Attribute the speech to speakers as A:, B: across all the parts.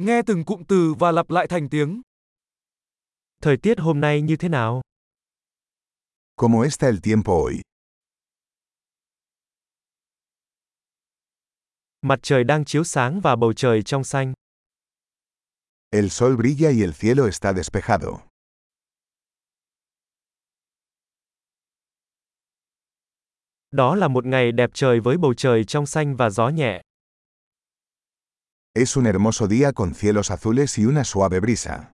A: Nghe từng cụm từ và lặp lại thành tiếng.
B: Thời tiết hôm nay như thế nào?
C: ¿Cómo está el tiempo hoy?
B: Mặt trời đang chiếu sáng và bầu trời trong xanh.
C: El sol brilla y el cielo está despejado.
B: Đó là một ngày đẹp trời với bầu trời trong xanh và gió nhẹ.
C: Es un hermoso día con cielos azules y una suave brisa.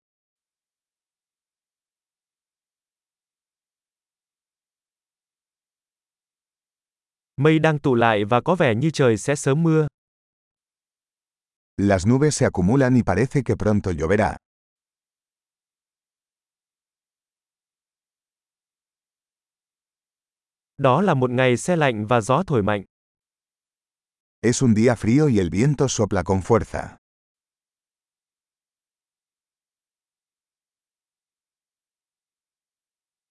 B: Mây đang tụ lại và có vẻ như trời sẽ sớm mưa.
C: Las nubes se acumulan y parece que pronto lloverá.
B: Đó là một ngày xe lạnh và gió thổi mạnh.
C: Es un día frío y el viento sopla con fuerza.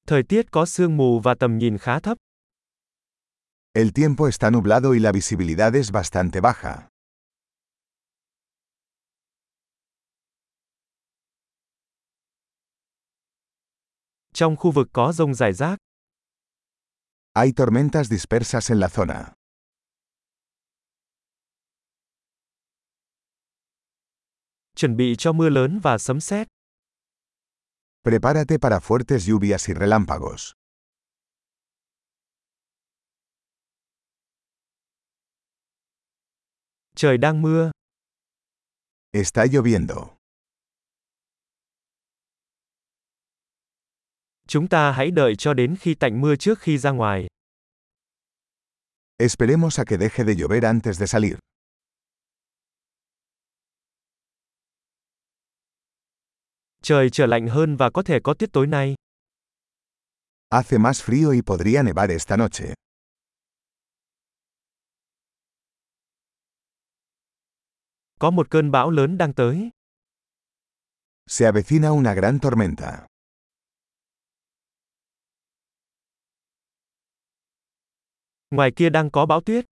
B: Thời tiết có sương mù và tầm nhìn khá thấp.
C: El tiempo está nublado y la visibilidad es bastante baja.
B: Trong khu vực có rông rải rác,
C: Hay tormentas dispersas en la zona.
B: chuẩn bị cho mưa lớn và sấm sét.
C: Prepárate para fuertes lluvias y relámpagos.
B: Trời đang mưa,
C: Está lloviendo.
B: chúng ta hãy đợi cho đến khi tạnh mưa trước khi ra ngoài.
C: Esperemos a que deje de llover antes de salir.
B: Trời trở lạnh hơn và có thể có tiết tối nay.
C: Hace más frío y podría nevar esta noche.
B: Có một cơn bão lớn đang tới.
C: Se avecina una gran tormenta.
B: Ngoài kia đang có bão tuyết.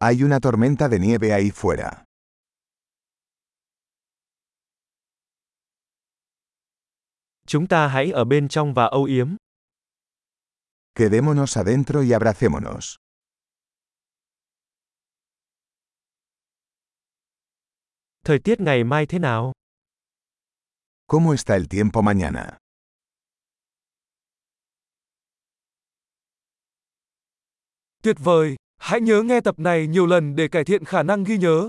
C: Hay una tormenta de nieve ahí fuera.
B: Chúng ta hãy ở bên trong và âu yếm.
C: Quedémonos adentro y abracémonos.
B: Thời tiết ngày mai thế nào?
C: ¿Cómo está el tiempo mañana?
A: Tuyệt vời! Hãy nhớ nghe tập này nhiều lần để cải thiện khả năng ghi nhớ.